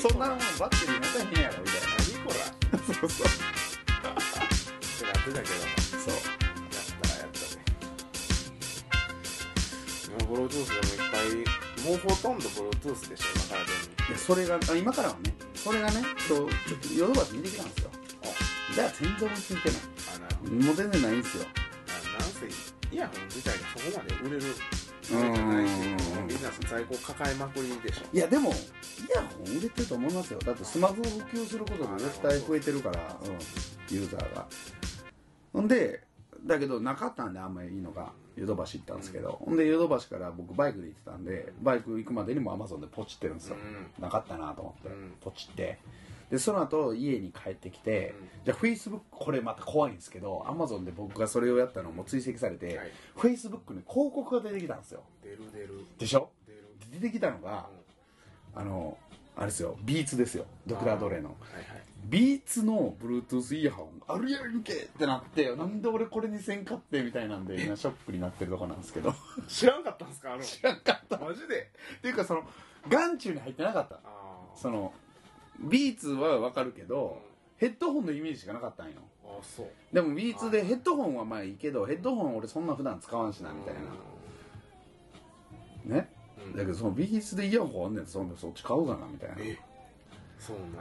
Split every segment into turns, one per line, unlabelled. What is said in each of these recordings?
そんなもんバッテリー持たへんやろみたいな
何こらっ
そうそう
てなってたけどや
そう
ったらやったでもう Bluetooth でもいっぱいもうほとんど Bluetooth でしょ今からで
いやそれがあ今からはねそれがねそうちょっとヨドバシ見てきたんですよ
も
じゃあ全然追いついてな
あなるほど
いもう全然ないんですよ
あなんせイヤホン自体がそこまで売れる
う
あれじゃないし
ーん
ビジネス在庫抱えまくりでしょ
いやでもイヤホン売れてると思いますよだってスマホを普及することで絶対増えてるから、うん、ユーザーがほんでだけどなかったんであんまりいいのがヨドバシ行ったんですけどほんでヨドバシから僕バイクで行ってたんでバイク行くまでにもアマゾンでポチってるんですよ、
う
なかったなと思って、
うん
ポチってでその後家に帰ってきて、じゃあフェイスブックこれまた怖いんですけどアマゾンで僕がそれをやったのも追跡されて、
はい
フェイスブックに広告が出てきたんですよ
出る出る
でしょ
出る
出てきたのが、あのあれですよビーツですよドクター・ドレの
はいはい
ビーツの Bluetooth イヤホンあるやんけってなってなんで俺これにせんかってみたいなんで今ショックになってるとこなんですけ ど
知らんかったんすかあの
知らんかった
マジで
っていうかその眼中に入ってなかった
あー
そのビーツはわかるけどヘッドホンのイメージしかなかったんよ
あそう
でもビーツでヘッドホンはまあいいけどヘッドホン俺そんな普段使わんしなみたいなね
うん
だけどそのビーツでイヤホンあんねんそんでそっち買おうかなみたいな
えそうなんや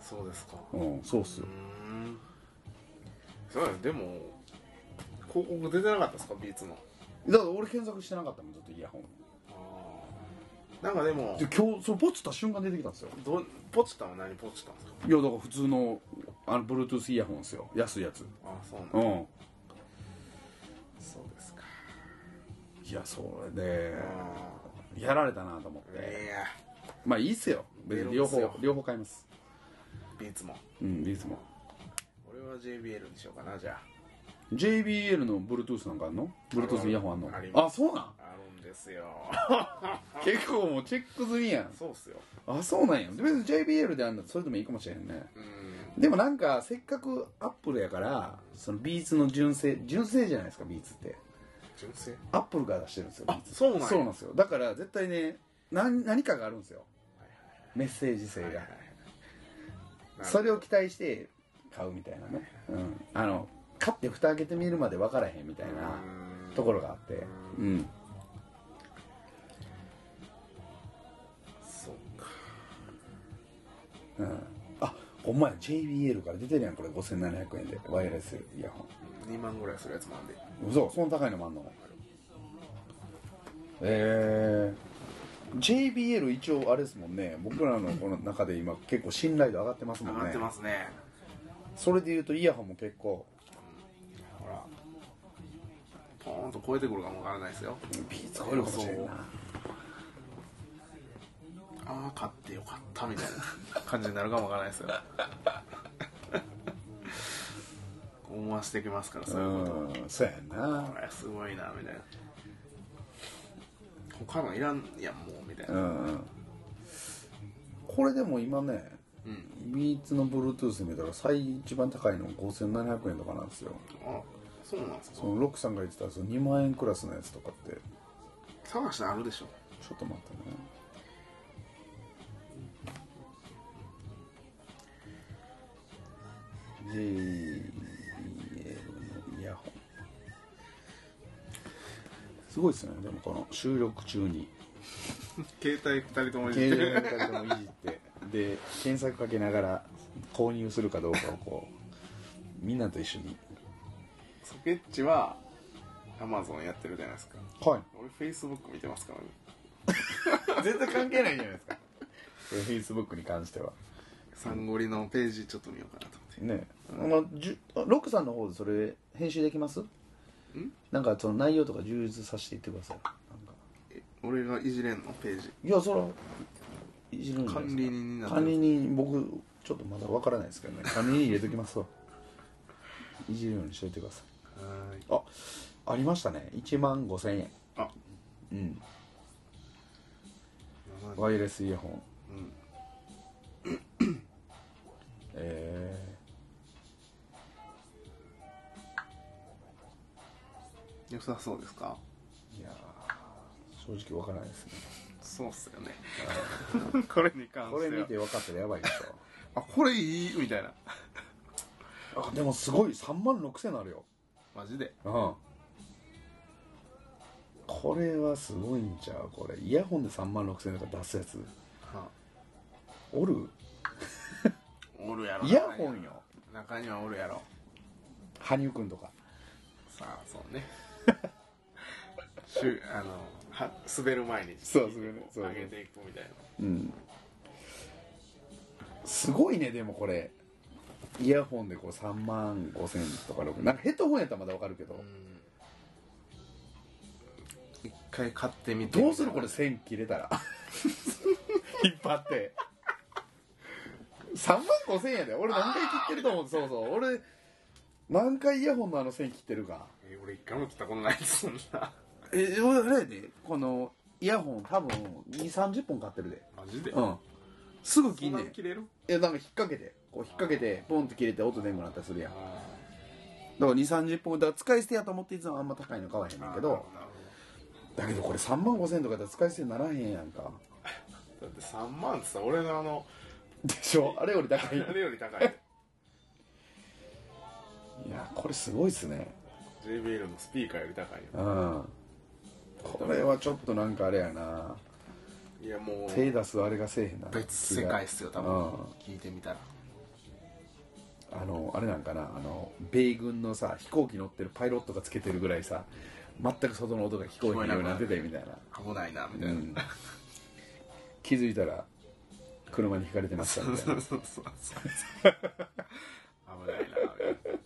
そうですか
うんそうっす
うー
よ
んそうやでも広告出てなかったですかビーツの
だから俺検索してなかったもんずっとイヤホン
なんかでも
で今日そのポチった瞬間出てきたんですよ
どポチタは何ポチタんですか
いやだから普通のあの Bluetooth イヤホンですよ安いやつ
あそうなん
うん
そうですか
いやそれで
あ
やられたなと思って、
ーいや
まあいいっすよ別に両
いいっ
方
すよ
両方買います
ビーツも
うんいいっすもん
俺は JBL にしようかなじゃ
JBL の Bluetooth なんかあんの ?Bluetooth イヤホンあんの
あり
あ
ま
そうなん
ああるんですよ
結構もうチェック済みやん
そうっすよ
あそうなんや別に JBL であんだったらそれでもいいかもしれへんね
うん
でもなんかせっかくアップルやからそのビーツの純正純正じゃないですかビーツって
純正
アップルが出してるんですよ
あ
ビーツ
そうなんや
そうなんですよだから絶対ね何何かがあるんですよメッセージ性が、
はいはいはいなるほど
それを期待して買うみたいなね、うん、あの買って蓋開けてみるまで分からへんみたいなところがあってうん
そうか
あほんまや JBL から出てるやんこれ5700円でワイヤレスイヤホ
2万ぐらいするやつもあんで
ン嘘そんな高いのもあんのえー、JBL 一応あれですもんね僕らのこの中で今結構信頼度上がってますもんね
上がってますね
それでいうとイヤホンも結構
ほらポーンと超えてくるかもわからないですよ
ビーツ超えるかもしれんな
ああ買ってよかったみたいな感じになるかもわからないですよ思わしてきますからそう
う
いうこと
んそうやんな
これすごいなみたいな他のいらんやんもうみたいうなん
これでも今ね
うん
ビーツの Bluetooth 見たら最一番高いの5700円とかなんですよ
あそうなんですか
そのロックさんが言ってたその2万円クラスのやつとかって
探してあるでしょ
ちょっと待ってねジ l のイヤホンすごいですねでもこの収録中に
携帯2人ともいじ
経
っ
営
て
のやり方もいじってで検索かけながら購入するかどうかをこうみんなと一緒に
ソケッチはアマゾンやってるじゃないですか
はい
俺フェイスブック見てますからね
全然関係ないじゃない ですかこれフェイスブックに関しては
サンゴリのページちょっと見ようかなと思って
ねあのじゅあロックさんの方でそれ編集できますなんかその内容とか充実させていってくださいなんか
え俺がいじれんのページ
いやそらいじるんじゃないですか
管理人になってる
管理人僕ちょっとまだわからないですけ どね管理人入れときますわいじるようにしといてください
は
あ
い
ありましたね1万5000円
あ
うん
70
ワイヤレスイヤホン
うん
え
良さそうですか
ー、いやー正直わからないですね
そうっすよねこれに関しては
これ見て分かったらやばいでしょ
あこれいいみたいな
あでもすごい3万6000あるよ
マジで
うんこれはすごいんちゃうこれイヤホンで3万6000円とか出すやつおる
おるやろ
イヤホンよ
中にはおるやろ
羽生くんとか
さあそうねしゅあのは滑る前に
そう滑るそう
上げていくみたいな
うんすごいねでもこれイヤホンでこう3万5000円とか6なんかヘッドホンやったらまだ分かるけど、
一回買ってみて
どうするこれ線切れたら引っ張って3万5000円やで俺何回切ってると思うそうそう俺何回イヤホンのあの線切ってるか
え俺一回も切ったことないですそんな
え俺あれやでこのイヤホン多分2 3 0本買ってるで
マジで
うんすぐ
そ
切ん
んな
ね
ん
ん
切れる
えなんか引っ掛けてこう引っ掛けてポンって切れて音出んくなったりするやんだか
あ
ら2 3 0本だから使い捨てやと思っていつもあんま高いの買わへんねん
あ
けどだけどこれ3万5000円とかだったら使い捨てにならへんやんか
だって3万ってさ俺のあの
でしょあれより高い
あれより高い
いやこれすごいっすね
JBL のスピーカーより高いよ
うんこれはちょっとなんかあれやない
やも
手
う
出すあれがせえへんな
別世界っすよ多分
うん
聞いてみたら
あのあれなんかなあの米軍のさ飛行機乗ってるパイロットがつけてるぐらいさ全く外の音が聞こえへんようになっててみたいな
危ないなみた
う
いな、
ん気づいたら車にひかれてました
そう
みた
そ
いうな
そうそうそう危ないなみたい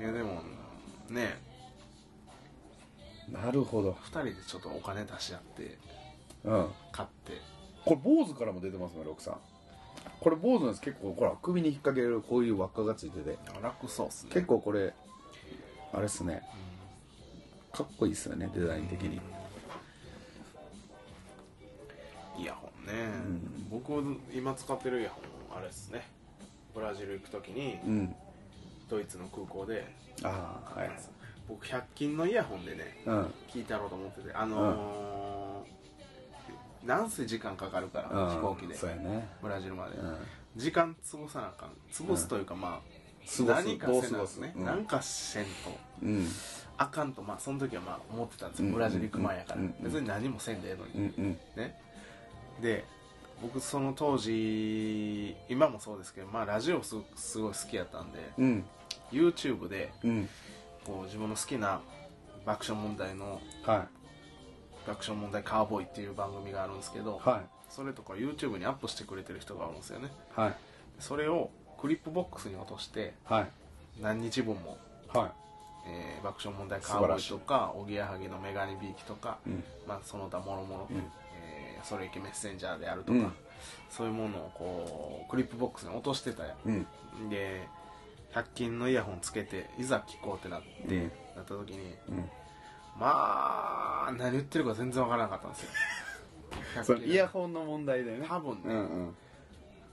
ないやでもね
なるほど、
2人でちょっとお金出し合って
うん、
買って
これ坊主からも出てますね六さんこれ坊主なんです結構ほら首に引っ掛けるこういう輪っかがついてて
楽そうっすね
結構これあれっすねかっこいいっすよねデザイン的に
イヤホンね、僕今使ってるイヤホンあれっすねブラジル行く時に
うん
ドイツの空港で、
ああはい
僕100均のイヤホンでね
うんうん
聞いたろうと思っててあのーなんせ時間かかるから飛行機で
そうやね
ブラジルまで、
うん
時間潰さなあかん潰すというか
過
まあ、
ごす
何か
どう
せ
過
な
ご
です
す
ね、
うん
何かせんと
うん
あかんとまあその時はまあ思ってたんです
うん
よブラジル行く前やから、
うんうん
別に何もせんでええのに、
うんうん
ねで僕その当時今もそうですけどまあラジオすすごい好きやったんで
うん
YouTube で
うん
こう自分の好きな爆笑問題の
は
爆笑問題カーボーイっていう番組があるんですけど、
いはい
それとか YouTube にアップしてくれてる人がおるんですよね
はい
それをクリップボックスに落として
はい
何日分も、
は
えー爆笑問題
素
カ
晴
ーボ
ら
ー
しい
イとかおぎやはぎのメガネビーキとか、
いうん
まあ、その他もろもろ
うん
えーそれいけメッセンジャーであるとか、
うん
そういうものをこうクリップボックスに落としてたや
うん
んで100均のイヤホンつけていざ聞こうってなって、
うん
なった時に
うん
まあ何言ってるか全然わからなかったんですよ
そ
100
の
均
イヤホンの問題だよね
多分ね、
うんうん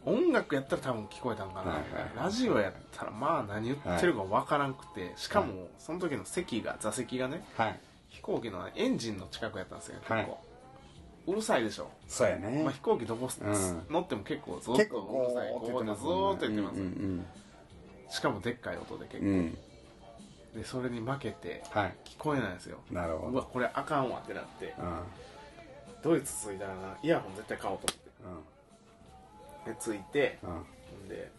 音楽やったら多分聞こえたんかな、
はいはい
ラジオやったらまあ何言ってるかわからんくて、しかもその時の席が座席がね
はい
飛行機のエンジンの近くやったんですよ結構、
はいう
るさいでしょ
そうやね
まあ、飛行機飛ばす、
うん
乗っても結構ずっ
結
と
構
うるさい
ゴーって言ってます
ずーっと言って
も
ま
ん
す、
ねうん
しかもでっかい音で結
うん
構、
うん
でそれに負けて
はい
聞こえないんですよ
なるほ
う
ど
わこれあかんわってなって
うん
ドイツ着いたらなイヤホン絶対買おうと
うん
思ってで着いて
うん
ほんで、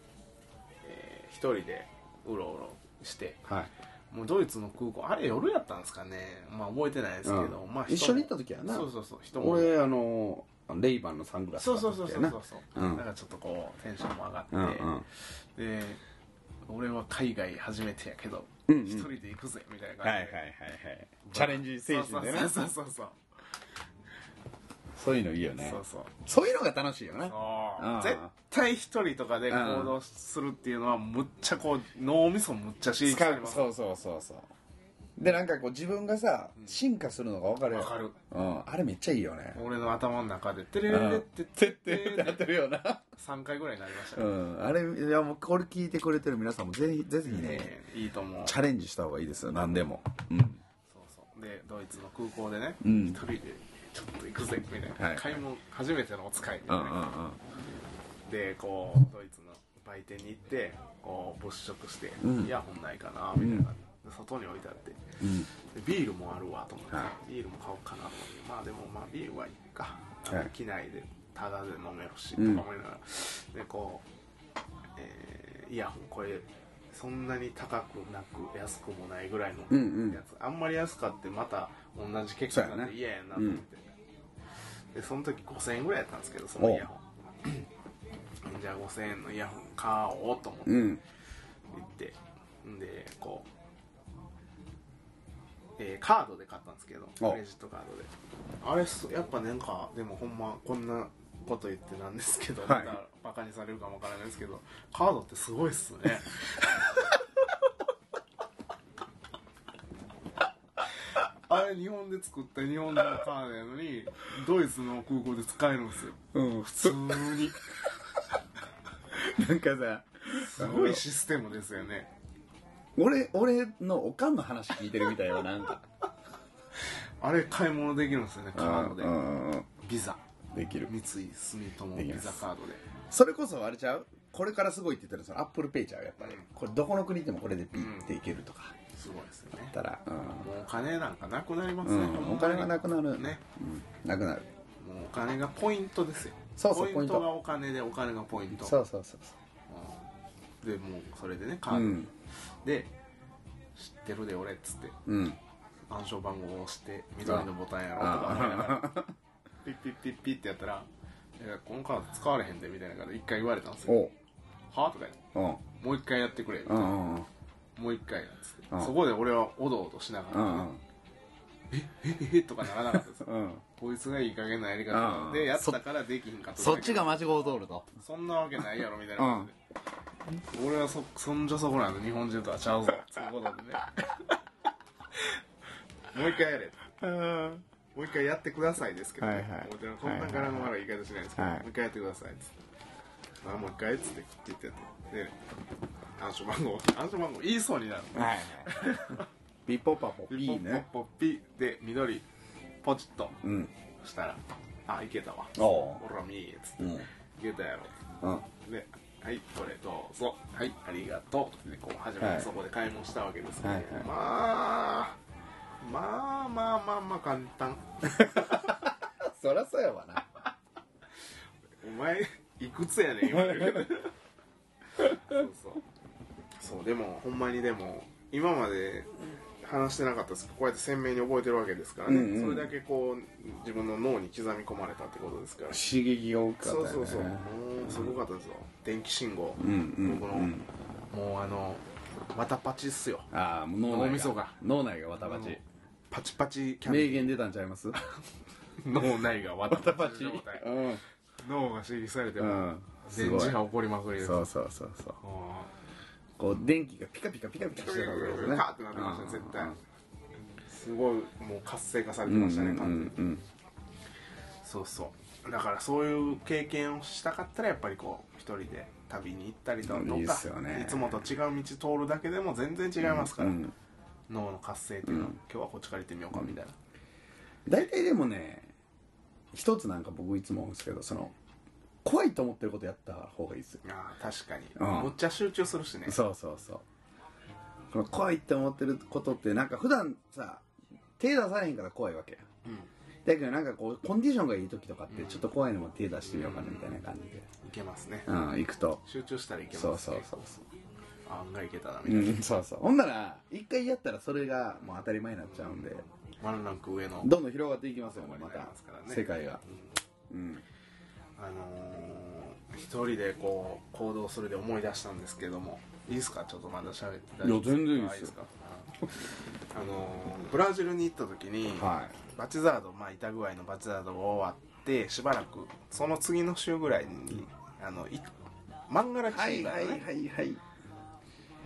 えー一人でうろうろして
はい
もうドイツの空港あれ夜やったんですかねまあ覚えてないですけど、
うん
まあ
一緒に行った時やな
そうそうそう人も
俺あのレイバンのサングラス
そうそうそうそうそう
買っ
そう、
うん
だからちょっとこうテンションも上がって、
た時やなうんうん
で俺は海外初めてやけど
う
一、
んうん
人で行くぜみたいな感じで、
はいはいはいはいチャレンジ精神でね
そうそうそうそう
そういうのいいよ
そう
ね
そうそう
そういうのが楽しいよね
そう
あー
絶対一人とかで行動するっていうのはむっちゃこう脳みそむっちゃ刺激さ
使
れ
う
ます
そうそうそうそうでなんかこう自分がさ
ん
進化するのが分かるよ
わかる
うんあれめっちゃいいよね
俺の頭の中でテレレレ
うん
っ
って
て
ってってなってるよな
3回ぐらいになりました
う
ね、
んあれいやもうこれ聞いてくれてる皆さんもぜひぜひ
ね
ね
えいいと思う
チ
そう
ャレンジした方がいいですよ何でもうん
そうでドイツの空港でね一、
うん
人でちょっと行くぜみたいな、
はい
買い物初めてのお使いみた
う
い
ん
な、
うんうん
でこうドイツの売店に行ってこう物色して、
うん
イヤホンないかなみたいな感じで、外に置いてあってで
うん
ビールもあるわと思って、
はい
ビールも買おうかなと思ってまあでもまあビールはいいか、
はい
機内でタダで飲めるしとか
うん
思いながら、でこう、えーイヤホンこれそんなに高くなく安くもないぐらいの
うんうん
やつ、あんまり安かってまた同じ結果になって
そうやね
嫌やなと思って、でその時5000円ぐらいやったんですけどそのイヤホンじゃあ5000円のイヤホン買おうと思って
う
行
ん
って、ん、でこう、えーカードで買ったんですけど
お
クレジットカードであれそやっぱなんかでもほんまこんなこと言ってなんですけど、
はい
またバカにされるかもわからないですけどカードってすごい っすねあれ日本で作った日本のカードやのにドイツの空港で使えるんですよ
うん
普通に
なんかさ
すごいシステムですよね
俺俺のおかんの話聞いてるみたいよなん か
あれ買い物できるんですよねカードで
うんうんうん
ビザ
できる
三井住友
でき
ビ
ます
ザカードで
それこそあれちゃうこれからすごいって言ったらそのアップルペイちゃうやっぱりこれどこの国でもこれでピッていけるとか
すごいですよ
だっ
ね
たら
もうお金なんかなくなります
う
ね、
ん、うん、お金がなくなる
ね
うん、なくなる
もうお金がポイントですよ
そうそう
ポイント
ポイン
がお金でお金がポイント
そうそうそう
うんでもうそれでねカー
そう
ド
う
で、
ん
知ってるで俺っつって
うん
暗証番号を押して緑のボタンやろうとか思いながらピッピッピッピッってやったら「いやこのカード使われへんで」みたいな感じで一回言われたんですよ
おう
「はあ?」とか言って
うん
「もう一回やってくれ」
うんうんうん
もう一回やっつって、
うん
そこで俺はおどおどしなが
う
ら、
ん
えええとかならなかったです
うん
こいつがいい加減なやり
う
方
ん
でやったからできんかと
そっちが間違う通ると
そんなわけないやろみたいな感じで、俺はそそんじょそこらの日本人とはちゃうぞそういうことでねもう一回やれ
うん
もう一回やってくださいですけど、ね
はいはい
もちろんこんな柄の悪い言い方しないですけど、
はい
もう一回やってくださいっつって、あもう一回っつって切ってやってで暗証番号暗証番号言いそうになる
はいはいピポパポピ
ピ
ーね
ポッポッピーで緑ポチッと
うん
したら「あいけたわ」「
おう
ほらみー」っつって
うん
「いけたやろ
うん」
で「はいこれどうぞ」「はいありがとう」ってこう初め
は
て
い
そこで買い物したわけですけど、
はいはい
まあまあまあまあまあ簡単
そりゃそうやわな
お前いくつやねん今そうそうそうでもほんまにでも今まで話してなかったですけどこうやって鮮明に覚えてるわけですからね、
うんうん
それだけこう自分の脳に刻み込まれたってことですから
刺激が大きかった
そ
よ
う
ね
そうそう、もうすごかったですよ電気信号、
うんうん
僕
う
の、
ん
もうあのまたパチっすよ
ああ脳内
脳みそが
脳内がわたばち
パチパチキャンデ
名
ィー
言出たんちゃいます
脳内がわたパチ状態
うん
脳が刺激されて
う
も
んす
電
ごい
磁波起こりまくりです
そうそうそうそう
も
こう電気がピカピカピカピカ
う
してたわけですね
カーってなってました絶対
うん
すごいもう活性化されて
うん
ましたね、
うんうんうん
そうそうだからそういう経験をしたかったらやっぱりこう一人で旅に行ったりだとか
いいっすよね
いつもと違う道通るだけでも全然違いますから、
うん
脳の活性っていうのは、今日はこっちから行ってみようかみたいな、
大体でもね一つなんか僕いつも思うんですけどその怖いと思ってることやった方がいいですよ
ああ確かに、
うん
むっちゃ集中するしね
そうそうそうこの怖いって思ってることってなんか普段さ手出されへんから怖いわけや
うん、い
だけどなんかこうコンディションがいい時とかってちょっと怖いのも手出してみようかなみたいな感じで
けますね、
うん行くと
集中したらいけます、
そ
ね、
うそうそうそう
案外いけたなみたいな、
うん、そうそうほんなら一回やったらそれがもう当たり前になっちゃうんで
ワンランク上の
どんどん広がっていきますよねまた世界がうん
あのー、一人でこう行動するで思い出したんですけどもいいですかちょっとまだ喋って大丈夫
いや全然いいっすよ
あかあのー、ブラジルに行った時に、
は
バチザード、まあ、板具合のバチザードが終わってしばらくその次の週ぐらいにあのいマンガラ
い
チ
は
ー
い
バの
は
ね、
いはいはい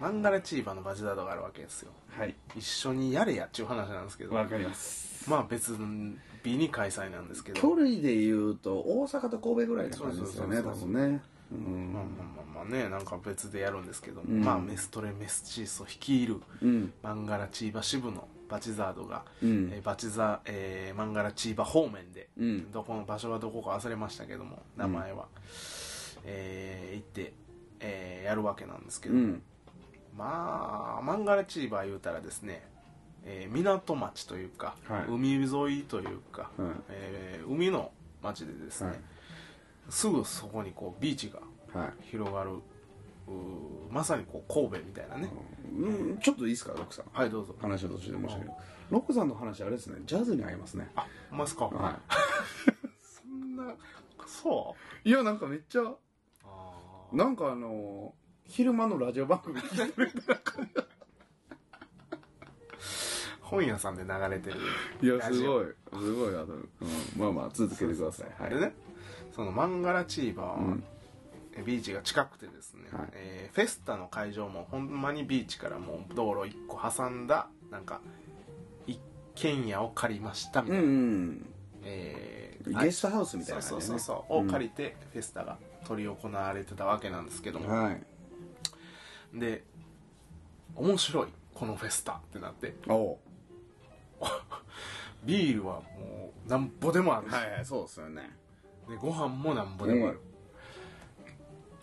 マンガラチーバのバチザードがあるわけですよ
はい
一緒にやれやっちゅう話なんですけど
わかります
まあ別日に開催なんですけど
距離でいうと大阪と神戸ぐらいの感じですよね
そ
多
うそうそうそう
分ねう
まあ
ん
まあまあまあねなんか別でやるんですけども、
うん
まあメストレメスチーソ率いる
うん
マンガラチーバ支部のバチザードが、
うん
えーバチザ、えー、マンガラチーバ方面で、
うん
どこの場所はどこか忘れましたけども名前は、えー行って、えーやるわけなんですけど、
うん
まあマンガラチーバ言うたらですね、えー港町というか、
はい
海沿いというか、
はい
えー海の町でですね、
はい
すぐそこにこうビーチが
はい
広がるうーまさにこう神戸みたいなね、
うんちょっといいですかロックさん
はいどうぞ
話を途中で申し上げるロックさんの話あれですねジャズに合いますね
あほんまですか、
は
そんなそう
いいやなんかめっちゃ
あー
なんかあのー昼間のラジオ番組聞いてる
本屋さんで流れてる
いやすごいすごいあの、うん、まあまあ続けてくださいはい
でねそのマンガラチーバーは、
うん
ビーチが近くてですね、
はい
えーフェスタの会場もほんまにビーチからもう道路一個挟んだなんか一軒家を借りましたみ
う
たいな、
ん
え
うん
ー
ゲストハウスみたいな
そ
感
う
じ
そ
で
う
ね
そう
う
を
ん
借りてフェスタが執り行われてたわけなんですけども、
はい
で面白いこのフェスタってなって
お
ビールはもうなんぼでもあるし、
はいはいそうですよね
でご飯もなんぼでもある、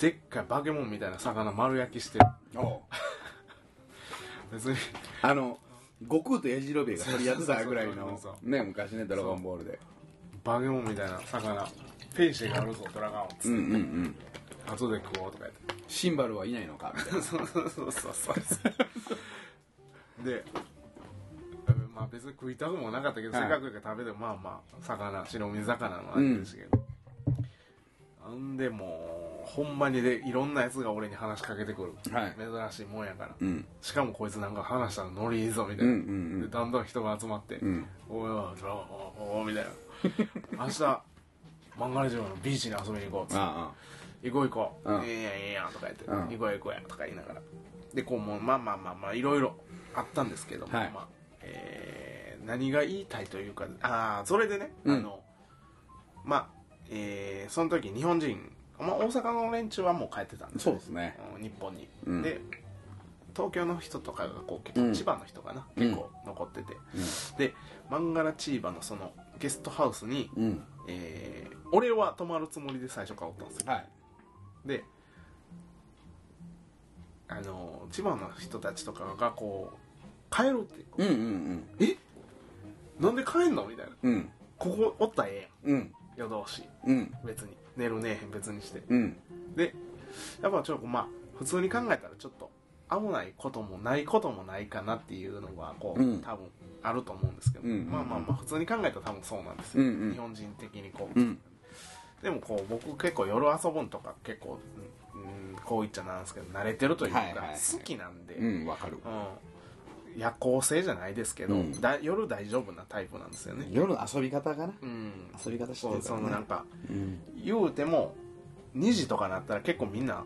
でっかいバケモンみたいな魚丸焼きしてる
お
別に
あの悟空と矢印兵衛が取り合ってたぐら いの
そうそうそう
ね昔ね「ドラゴンボールで」
バケモンみたいな魚ペイシェがあるぞドラガンっつ
う
っ
んうんうん
て後で食おうとか言って
シンバルはいないのかみたいな
そうそうそうそうそう でまあ別に食いたくもなかったけど、
はい
せっかくやから食べてまあまあ魚白身魚の味ですけど、あんでもうほんまにでいろんなやつが俺に話しかけてくる、
はい
珍しいもんやから、
うん
しかもこいつなんか話したらノリいいぞみた
う
い
んう
な、
んう
で
ん
だんだん人が集まって「
ん
おいおいおいおいおい」みたいな「明日マンガレ島のビーチに遊びに行こう」っつって
あ
行こう行こう、
うん
いいやんいいやんとか言って、
うん
行こう行こうやとか言いながらでこうもうまあまあまあまあいろいろあったんですけども、
はい
まあえー何が言いたいというかああそれでね、
うん
あのまあえーその時日本人、まあ、大阪の連中はもう帰ってたん
あ
です
そうですね
うん日本に、
うん
で東京の人とかがこう結
うん
構千葉の人かな、
うん
結構残ってて、でマンガラ千葉のそのゲストハウスに、
うん
えー俺は泊まるつもりで最初からおったんですよ
はい
であの千葉の人たちとかがこう帰ろうって
うんうん
えなんで帰んのみたいな
うんうん
ここおったらえ
うん
えやん夜通し
うん
別に寝るねえへん別にして
うん
でやっぱちょっとまあ普通に考えたらちょっと危ないこともないこともないかなっていうのがこう、
うん
多分あると思うんですけど、
うんうんうん
まあまあまあ普通に考えたら多分そうなんですよ、
うんうん
日本人的にこう、
うん
でもこう僕結構夜遊ぶんとか結構、うんうん、こう言っちゃなんですけど慣れてるというか、
はいはい
好きなんで、
うんわかる
うん夜行性じゃないですけど、
うん
だ夜大丈夫なタイプなんですよね
夜の遊び方かな
うん
遊び方して
そ
る
う
か
そ
ら
のなん
ね
か
うん
言うても2時とかなったら結構みんな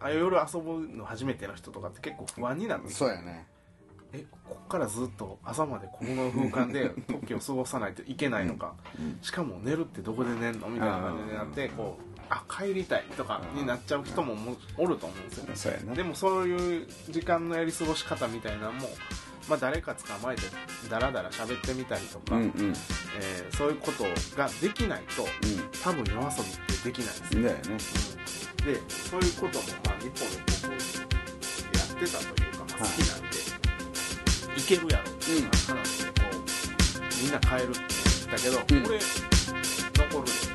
あ夜遊ぶの初めての人とかって結構不安になってきて
そうやね
えこっからずっと朝までこの空間 で時を過ごさないといけないのか、しかも寝るってどこで寝るのみたいな感じになってこうあ帰りたいとかになっちゃう人ももおると思うんですよね
そうやな
でもそういう時間のやり過ごし方みたいなのも、まあ、誰か捕まえてダラダラ喋ってみたりとか、
うんうん
えーそういうことができないと多分夜遊びってできないです
うんだよね
でそういうこともまあ日本の高校でやってたというか、まあ、好きなんで、い、けるやろっていう話でこうみんな帰るって言ったけど、
ん
俺残るで